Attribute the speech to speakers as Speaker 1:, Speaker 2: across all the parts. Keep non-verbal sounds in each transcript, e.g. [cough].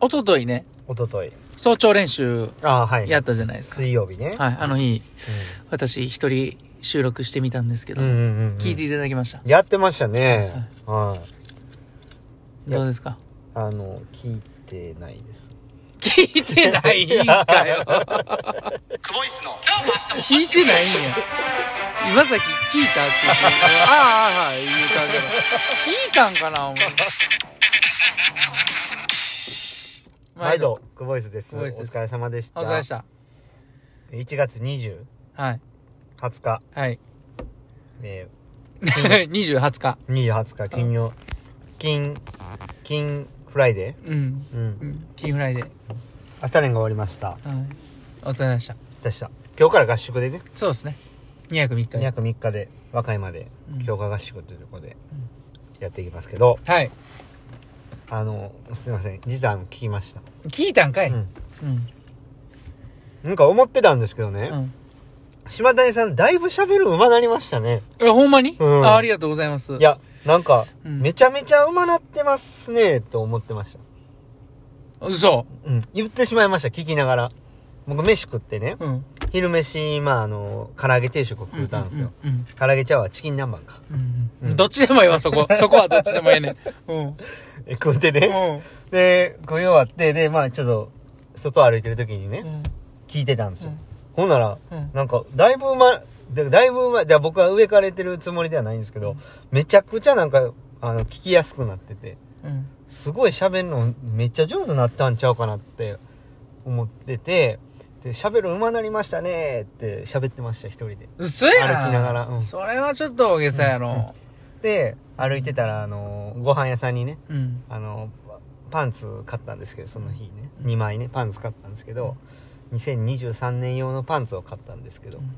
Speaker 1: おとといね、
Speaker 2: おととい
Speaker 1: 早朝練習
Speaker 2: ああはい
Speaker 1: やったじゃないですか。
Speaker 2: 水曜日ね、
Speaker 1: はい、あの日、私一人収録してみたんですけ
Speaker 2: う
Speaker 1: ど、
Speaker 2: ん、うんうんうんうん
Speaker 1: 聞いていただきました。
Speaker 2: やってましたねはいいや
Speaker 1: どうですか
Speaker 2: あの聞いてないです
Speaker 1: 聞いてないんかよ。
Speaker 3: クボイスの
Speaker 1: 聞いてないんや。今さっき聞いたって言って、ああ、ああ、言うたけど、聞いたんかな、お前。
Speaker 2: 毎度クボイスです
Speaker 1: クボイスです
Speaker 2: お疲れ様でした
Speaker 1: お疲れ様でした。
Speaker 2: 1月20
Speaker 1: はい。
Speaker 2: 20日、
Speaker 1: はい。
Speaker 2: え
Speaker 1: [laughs] 20、20日。
Speaker 2: ー、2 0日金曜金金フライデ
Speaker 1: うん。
Speaker 2: ーうん
Speaker 1: うん。キーフライデー。
Speaker 2: 朝練が終わりました
Speaker 1: はい。お疲れ様でした。
Speaker 2: でした今日から合宿でね
Speaker 1: そうですね。2泊3日で。
Speaker 2: 2泊3日で和歌山で
Speaker 1: うん
Speaker 2: 強化合宿というところでやっていきますけど、
Speaker 1: はい。
Speaker 2: あのすいません実はあの聞きました、
Speaker 1: 聞いたんかい。
Speaker 2: うん
Speaker 1: うん。
Speaker 2: なんか思ってたんですけどね、
Speaker 1: うん。
Speaker 2: 島谷さんだいぶ喋る馬なりましたね
Speaker 1: え、ほんまに
Speaker 2: うん
Speaker 1: あありがとうございます。
Speaker 2: いやなんか
Speaker 1: うん
Speaker 2: めちゃめちゃ馬なってますねと思ってました、
Speaker 1: 嘘。
Speaker 2: うん、言ってしまいました聞きながら僕飯食ってね
Speaker 1: うん。
Speaker 2: 昼飯まああの唐揚げ定食を食うたんですよ、
Speaker 1: うん。うん。
Speaker 2: 唐揚げ茶はチキン南蛮か [laughs]
Speaker 1: うん
Speaker 2: うん
Speaker 1: うんどっちでもいいわ、そ
Speaker 2: [laughs]
Speaker 1: こ。そこはどっちでもいいね。うん。
Speaker 2: え食うてね、で食い終わってでまあちょっと外歩いてる時にね、
Speaker 1: うん。
Speaker 2: 聞いてたんですよ、
Speaker 1: うん
Speaker 2: ほんなら、
Speaker 1: うん
Speaker 2: なんかだいぶうまだだいぶうまだ僕は上かられてるつもりではないんですけど、めちゃくちゃなんかあの聞きやすくなってて
Speaker 1: うん。
Speaker 2: すごい喋るのめっちゃ上手になったんちゃうかなって思っててで喋るうまなりましたねって喋ってました一人で
Speaker 1: 嘘や
Speaker 2: 歩きながらうん
Speaker 1: それはちょっと大げさやろ。
Speaker 2: で歩いてたらあのご飯屋さんにね
Speaker 1: うん。
Speaker 2: あのパンツ買ったんですけどその日ね2枚ねパンツ買ったんですけど2023年用のパンツを買ったんですけど
Speaker 1: うん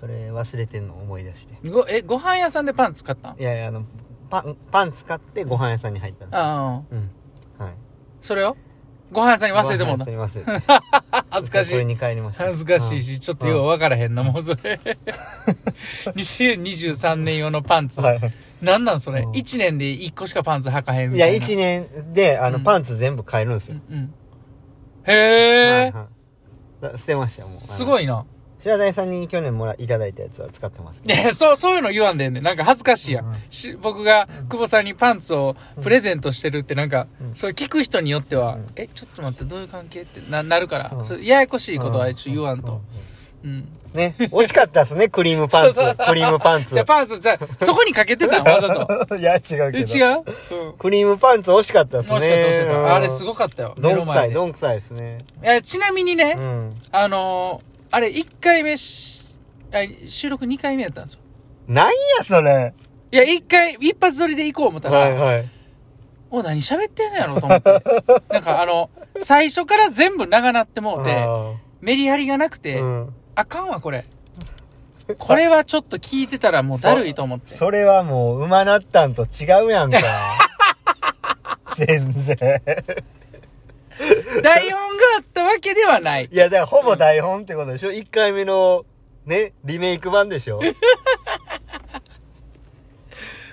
Speaker 2: それ忘れてんのを思い出して
Speaker 1: ご、え、ご飯屋さんでパンツ買ったん
Speaker 2: いやいやあのパンパンツ買ってご飯屋さんに入ったんですよ
Speaker 1: ああ。
Speaker 2: うんはい
Speaker 1: それをご飯屋さんに忘れてもん
Speaker 2: ご
Speaker 1: だ
Speaker 2: 飯。屋さんに忘れて
Speaker 1: [laughs] 恥ずかし
Speaker 2: これ
Speaker 1: い。
Speaker 2: に帰りました
Speaker 1: 恥ずかしいし、ちょっとよう分からへんな、もうそれ。2023年用のパンツ。
Speaker 2: うんは
Speaker 1: なんなんそれ
Speaker 2: う。ん
Speaker 1: 1年で1個しかパンツ履かへん
Speaker 2: い
Speaker 1: み
Speaker 2: いや
Speaker 1: たいな。
Speaker 2: 1年であの
Speaker 1: うん
Speaker 2: パンツ全部買えるんですよ
Speaker 1: うんうん。へえ
Speaker 2: は。いはい捨てましたよもう
Speaker 1: すご
Speaker 2: い
Speaker 1: いな。
Speaker 2: 白谷さんに去年もらいただいたやつは使ってます
Speaker 1: い
Speaker 2: けど
Speaker 1: や、そう、そういうの言わんでんねんなんか恥ずかしいや
Speaker 2: うん
Speaker 1: ん。し僕が、久保さんにパンツをプレゼントしてるってなんか、
Speaker 2: うん
Speaker 1: それ聞く人によっては、
Speaker 2: うん
Speaker 1: え、ちょっと待って、どういう関係ってな、なるから、
Speaker 2: うん
Speaker 1: それややこしいことはちょっと言わん
Speaker 2: う
Speaker 1: と。うん。
Speaker 2: ね、惜しかったですね、クリームパンツ
Speaker 1: そうそうそ。う
Speaker 2: クリームパンツ。
Speaker 1: じゃあパンツ、じゃあそこにかけてたんわざ
Speaker 2: [laughs]
Speaker 1: と。
Speaker 2: いや、違う
Speaker 1: え、
Speaker 2: けど。
Speaker 1: 違う
Speaker 2: クリームパンツ惜しかった
Speaker 1: うん。も
Speaker 2: で
Speaker 1: し
Speaker 2: す
Speaker 1: か
Speaker 2: ね。
Speaker 1: したらもしかしたらあれす
Speaker 2: い。
Speaker 1: ごかったよ。目
Speaker 2: ど
Speaker 1: の
Speaker 2: んくさ
Speaker 1: 前
Speaker 2: い、
Speaker 1: で。
Speaker 2: どんくさいですね。
Speaker 1: いや、ちなみにね、
Speaker 2: うん。
Speaker 1: あのー、あれ1回目し、あ収録2回目やったんですよ。
Speaker 2: なんや、それ。
Speaker 1: いや、一回、一発撮りで行こう思ったら、
Speaker 2: はいはい。
Speaker 1: お、何喋ってんのやろと思って。 [laughs] なんかあの、最初から全部長なってもうて、
Speaker 2: あ
Speaker 1: メリハリがなく
Speaker 2: ー
Speaker 1: て、
Speaker 2: うん
Speaker 1: あかんわ、これ。これはちょっと聞いてたらもうだるいと思って。
Speaker 2: [laughs] それはもう、馬なったんと違うやん
Speaker 1: [laughs]
Speaker 2: か。全然。
Speaker 1: 台本があったわけではない
Speaker 2: い。や、だからほぼ台本ってことでしょ ?1 回目の、ね、リメイク版
Speaker 1: [laughs]
Speaker 2: でしょ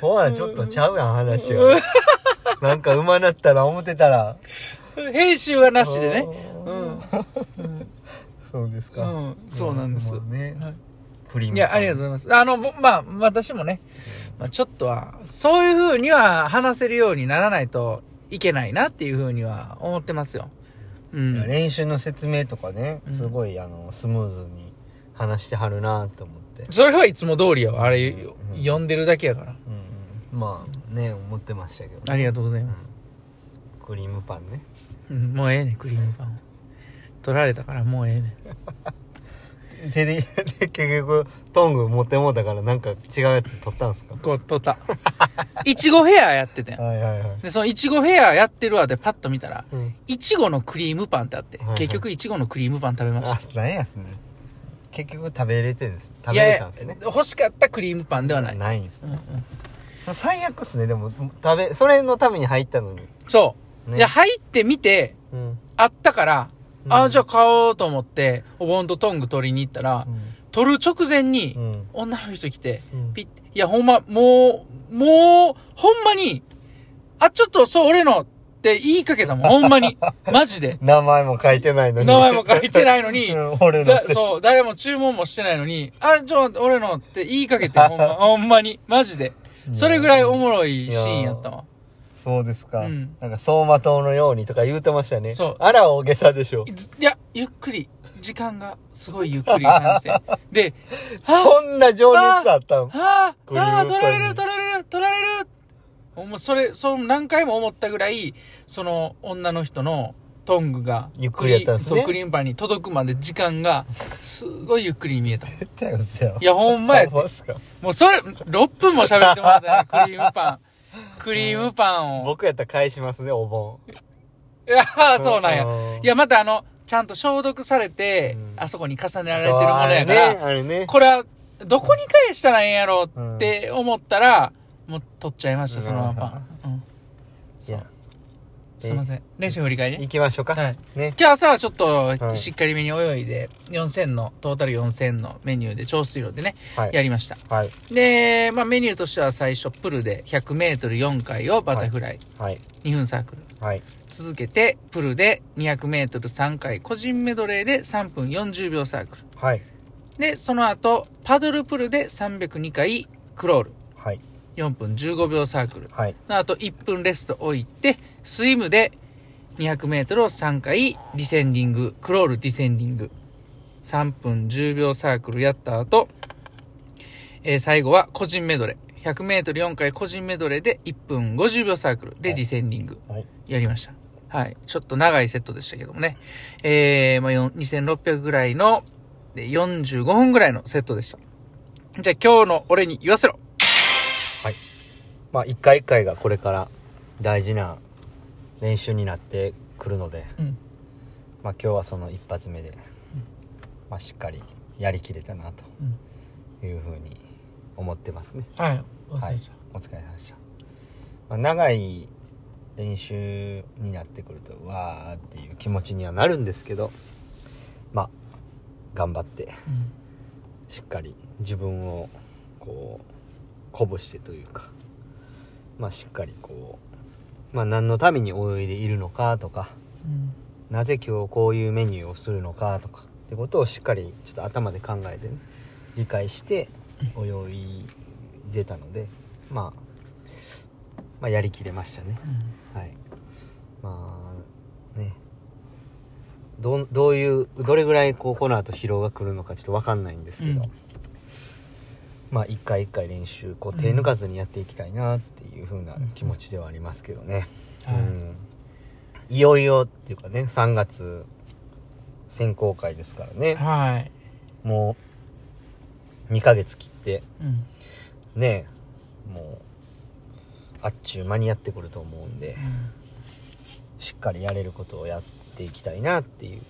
Speaker 2: ほら、ちょっとちゃうやん、話が。なんか馬なったら思ってたら。
Speaker 1: 編集はなしでね。
Speaker 2: [laughs] そうです
Speaker 1: う
Speaker 2: か。
Speaker 1: ん。うん。そうなんです。
Speaker 2: まあね
Speaker 1: はい
Speaker 2: クリーム。
Speaker 1: いや、ありがとうございます。あの、ぼまあ、私もね、まあ、ちょっとは、そういう風には話せるようにならないといけないなっていう風には思ってますよ。うん。
Speaker 2: いや練習の説明とかね
Speaker 1: う、ん
Speaker 2: すごい、あの、スムーズに話してはるなと思って。
Speaker 1: それはいつも通りよ。あれ
Speaker 2: う、ん
Speaker 1: 呼んでるだけやから。
Speaker 2: うん。まあ、ね、思ってましたけど。
Speaker 1: ありがとうございます。
Speaker 2: クリームパンね。
Speaker 1: うんもうええねんクリームパン。取られたからもうええねん
Speaker 2: 手で、で [laughs] 結局、トング持ってもうたから、なんか違うやつ取ったんですか
Speaker 1: こう、取った。
Speaker 2: [laughs]
Speaker 1: いちごヘアやっててん。
Speaker 2: はいはいはい。
Speaker 1: で、そのいちごヘアやってるわでパッと見たら、
Speaker 2: うん。
Speaker 1: いちごのクリームパンってあって
Speaker 2: はいは、い
Speaker 1: 結局いちごのクリームパン食べまし
Speaker 2: あ、なんやっすね。結局食べれてるんです。
Speaker 1: た。
Speaker 2: 食
Speaker 1: い
Speaker 2: べ
Speaker 1: や
Speaker 2: れ
Speaker 1: い
Speaker 2: たん
Speaker 1: や
Speaker 2: ですね。
Speaker 1: 欲しかったクリームパンではない。
Speaker 2: ないんです
Speaker 1: うんうん
Speaker 2: そ最悪っすねでも食べそれのために入ったのに
Speaker 1: そう。
Speaker 2: ね
Speaker 1: いや、入ってみて、
Speaker 2: うん
Speaker 1: あったから、
Speaker 2: うん
Speaker 1: あ、じゃあ買おうと思って、お盆とトング取りに行ったら、取る直前に
Speaker 2: う、ん
Speaker 1: 女の人来て、
Speaker 2: うん
Speaker 1: ピッて、いや、ほんま、もう、もう、ほんまに、あ、ちょっと、そう、俺のって言いかけたも
Speaker 2: [laughs]
Speaker 1: ん、ほんまに。マジで。
Speaker 2: 名前も書いてないのに。
Speaker 1: 名前も書いてないのに
Speaker 2: うん俺のっ
Speaker 1: だ
Speaker 2: て。
Speaker 1: そう、誰も注文もしてないのに、あ、ちょ、待って俺のって言いかけて、
Speaker 2: [laughs]
Speaker 1: ほんま、ほんまに、マジで。それぐらいおもろいシーンやったわ。
Speaker 2: そうですか。
Speaker 1: うん
Speaker 2: なんか、走馬灯のようにとか言うてましたね。
Speaker 1: そう
Speaker 2: あら、大げさでしょ。
Speaker 1: いついや、ゆっくり、時間がすごいゆっくり感じて。で、
Speaker 2: [laughs] [laughs] そんな情熱あったの
Speaker 1: あ
Speaker 2: こういう
Speaker 1: あ、ああ、
Speaker 2: 歌
Speaker 1: 取
Speaker 2: に
Speaker 1: られる、取られる、取られる。もうそれ、その何回も思ったぐらい、その女の人のトングが、
Speaker 2: ゆっくりやったんですね
Speaker 1: そうクリーンパンに届くまで時間が、すごいゆっくりに見えた。い
Speaker 2: 絶対嘘やわ。
Speaker 1: や、ほんまやっ
Speaker 2: [laughs]
Speaker 1: て。
Speaker 2: ほんまっすか
Speaker 1: もうそれ、6分も喋ってもらったね、クリームパン。クリームパンを。
Speaker 2: 僕やったら返しますね、お盆。
Speaker 1: いやー、そうなんや。
Speaker 2: や
Speaker 1: いや、またあの、ちゃんと消毒されて
Speaker 2: うん、
Speaker 1: あそこに重ねられてる
Speaker 2: そう
Speaker 1: もの
Speaker 2: あれ
Speaker 1: やか
Speaker 2: ね、
Speaker 1: ら、
Speaker 2: あれね。
Speaker 1: これは、どこに返したらええんやろうって思ったら、もう取っちゃいました、そのままパン。うん。
Speaker 2: い
Speaker 1: そ
Speaker 2: や
Speaker 1: う。すいません。練習振り返りね
Speaker 2: 行きましょうか。
Speaker 1: はい
Speaker 2: ね。
Speaker 1: 今日朝はちょっ
Speaker 2: は
Speaker 1: と、
Speaker 2: い
Speaker 1: しっかりめに泳いで、4000の、トータル4000のメニューで、超水路でね、
Speaker 2: はい。
Speaker 1: やりました。
Speaker 2: はい。
Speaker 1: で、まあ、メニューとしては最初プルで100メートル4回をバタフライ、
Speaker 2: はい。
Speaker 1: 2分サークル
Speaker 2: はい。
Speaker 1: 続けてプルで200メートル3回個人メドレーで3分40秒サークル
Speaker 2: はい。
Speaker 1: でその後パドルプルで302回クロール
Speaker 2: はい。
Speaker 1: 4分15秒サークル
Speaker 2: はい。
Speaker 1: あと1分レスト置いてスイムで200メートルを3回ディセンディングクロールディセンディング3分10秒サークルやった後、えー最後は個人メドレー。100メートル4回個人メドレーで1分50秒サークルで
Speaker 2: はい
Speaker 1: ディセンディング
Speaker 2: はい。
Speaker 1: やりました。はい。ちょっと長いセットでしたけどもね。えー、まあ、よん2600ぐらいの、で45分ぐらいのセットでした。じゃあ今日の俺に言わせろ
Speaker 2: まあ、一回一回がこれから大事な練習になってくるので、
Speaker 1: うん
Speaker 2: まあ、今日はその一発目で、まあ、しっかりやりきれたなというふうに思ってますね。
Speaker 1: はい。
Speaker 2: はい、お疲れ様でした、まあ、長い練習になってくるとうわーっていう気持ちにはなるんですけどまあ頑張って
Speaker 1: うん
Speaker 2: しっかり自分をこう鼓舞してというかまあしっかりこうまあ何のために泳いでいるのかとか
Speaker 1: うん
Speaker 2: なぜ今日こういうメニューをするのかとかってことをしっかりちょっと頭で考えてね理解して泳いでたので、まあ、まあやりきれましたね
Speaker 1: うん
Speaker 2: はいまあねどんどういうどれぐらいこうこの後疲労が来るのかちょっと分かんないんですけ
Speaker 1: う
Speaker 2: ど、
Speaker 1: ん
Speaker 2: まあ一回一回練習こう手抜かずにやっていきたいなっていう風な気持ちではありますけどね、
Speaker 1: はい
Speaker 2: うん、いよいよっていうかね3月選考会ですからね
Speaker 1: はい。
Speaker 2: もう2ヶ月切って
Speaker 1: うん。
Speaker 2: ねもうあっちゅう間にやってくると思うんでしっかりやれることをやっていきたいなっていうふうに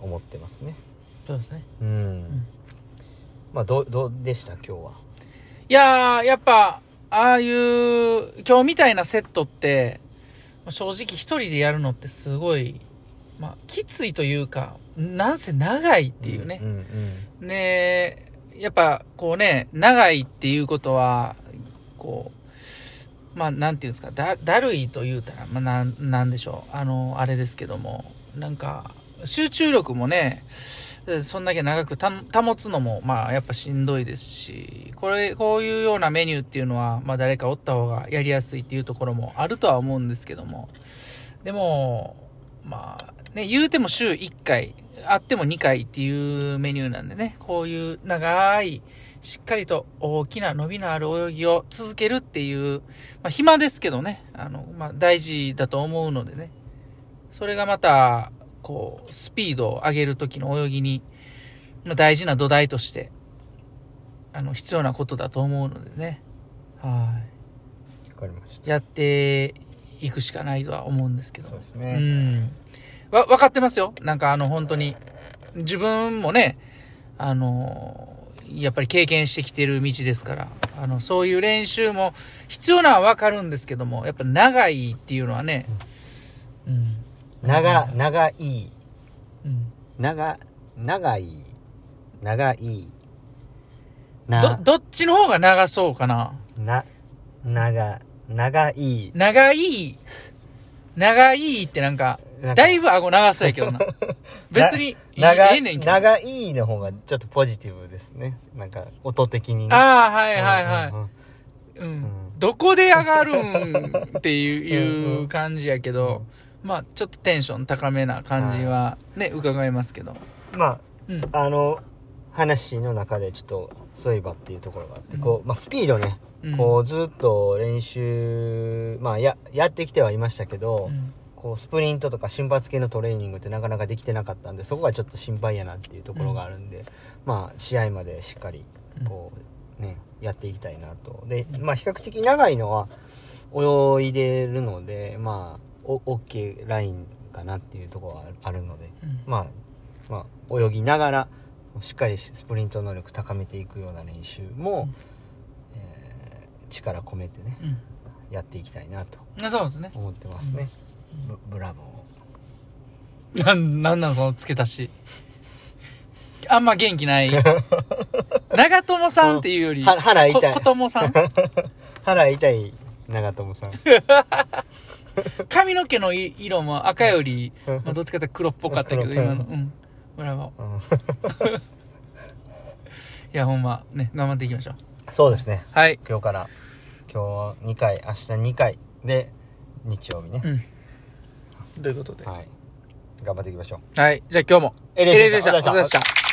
Speaker 2: 思ってますね
Speaker 1: そうですね。
Speaker 2: うん、まあどうどうでした今日はい
Speaker 1: やー、やっぱ、ああいう、今日みたいなセットって、まあ正直一人でやるのってすごい、まあ、きついというか、なんせ長いっていうね
Speaker 2: うん。うん
Speaker 1: ねえやっぱ、こうね、長いっていうことは、こう、まあ、なんていうんですか、だ、だるいと言うたら、まあ、なん、なんでしょう。あの、あれですけども、なんか、集中力もね、えそんだけ長くた保つのも、まあ、やっぱしんどいですし、これ、こういうようなメニューっていうのは、まあ、誰かおった方がやりやすいっていうところもあるとは思うんですけども、でも、まあ、ね、言うても週1回、あっても2回っていうメニューなんでね、こういう長い、しっかりと大きな伸びのある泳ぎを続けるっていう、まあ暇ですけどね、あの、まあ大事だと思うのでね、それがまた、こう、スピードを上げる時の泳ぎに、まあ大事な土台として、あの、必要なことだと思うのでね、はい。
Speaker 2: わかりました
Speaker 1: やっていくしかないとは思うんですけど
Speaker 2: そうです
Speaker 1: う
Speaker 2: ね、
Speaker 1: ん。わ、分かってますよ。なんかあの、本当に。自分もね、あの、やっぱり経験してきてる道ですから、あの、そういう練習も必要なのはわかるんですけども、やっぱ長いっていうのはね、うん。
Speaker 2: 長長い
Speaker 1: うん。
Speaker 2: 長長い長い
Speaker 1: ど
Speaker 2: な、
Speaker 1: どっちの方が長そうかな
Speaker 2: な長長い
Speaker 1: 長い、長いってなんか
Speaker 2: なんか、
Speaker 1: だいぶ顎長そうやけど
Speaker 2: [laughs]
Speaker 1: な。別に、いい
Speaker 2: な長
Speaker 1: ええねんけど。あ
Speaker 2: 長いの方がちょっとポジティブですね。なんか、音的にね。
Speaker 1: あー、はいはいはい。
Speaker 2: うんうんうん
Speaker 1: うん
Speaker 2: うん
Speaker 1: どこで上がるんって
Speaker 2: うん
Speaker 1: いう
Speaker 2: うん
Speaker 1: いう感じやけど、まあちょっとテンション高めな感じはね、伺えますけど。
Speaker 2: ま
Speaker 1: うん。
Speaker 2: あ、あの、話の中でちょっと、そういえばっていうところがあって、こう、まあ、スピードね、
Speaker 1: うん
Speaker 2: こう、ずっと練習、まあ、や、やってきてはいましたけど、
Speaker 1: うん
Speaker 2: こうスプリントとか瞬発系のトレーニングってなかなかできてなかったんでそこがちょっと心配やなっていうところがあるんで、まあ試合までしっかりこう、ね、やっていきたいなとで、まあ、比較的長いのは泳いでるのでまあお OK ラインかなっていうところはあるので、
Speaker 1: うん
Speaker 2: まあ、まあ泳ぎながらしっかりスプリント能力高めていくような練習も、えー力込めてね
Speaker 1: う
Speaker 2: やっていきたいなと
Speaker 1: ん。そうですね。
Speaker 2: 思ってますね、ブブラボー。
Speaker 1: なん、なんなんその付け足し。あんま元気 [laughs] ない。長友さんっていうより、
Speaker 2: は腹痛い
Speaker 1: こ、子供さん
Speaker 2: 腹痛い長友さん
Speaker 1: 髪の毛のい色も赤より、
Speaker 2: うん
Speaker 1: まあ、どっちかというと黒っぽかったけど、
Speaker 2: 黒っぽい
Speaker 1: 今の。うん。ブラボー。
Speaker 2: うん
Speaker 1: いや、ほんま、ね、頑張っていきましょう。
Speaker 2: そうですね
Speaker 1: はい。
Speaker 2: 今日から今日2回明日2回で日曜日ね
Speaker 1: う、ん。ということで。
Speaker 2: はい頑張っていきましょう
Speaker 1: はい。じゃあ今日も。
Speaker 2: エレイでした
Speaker 1: エレイでした。お疲れ様でした。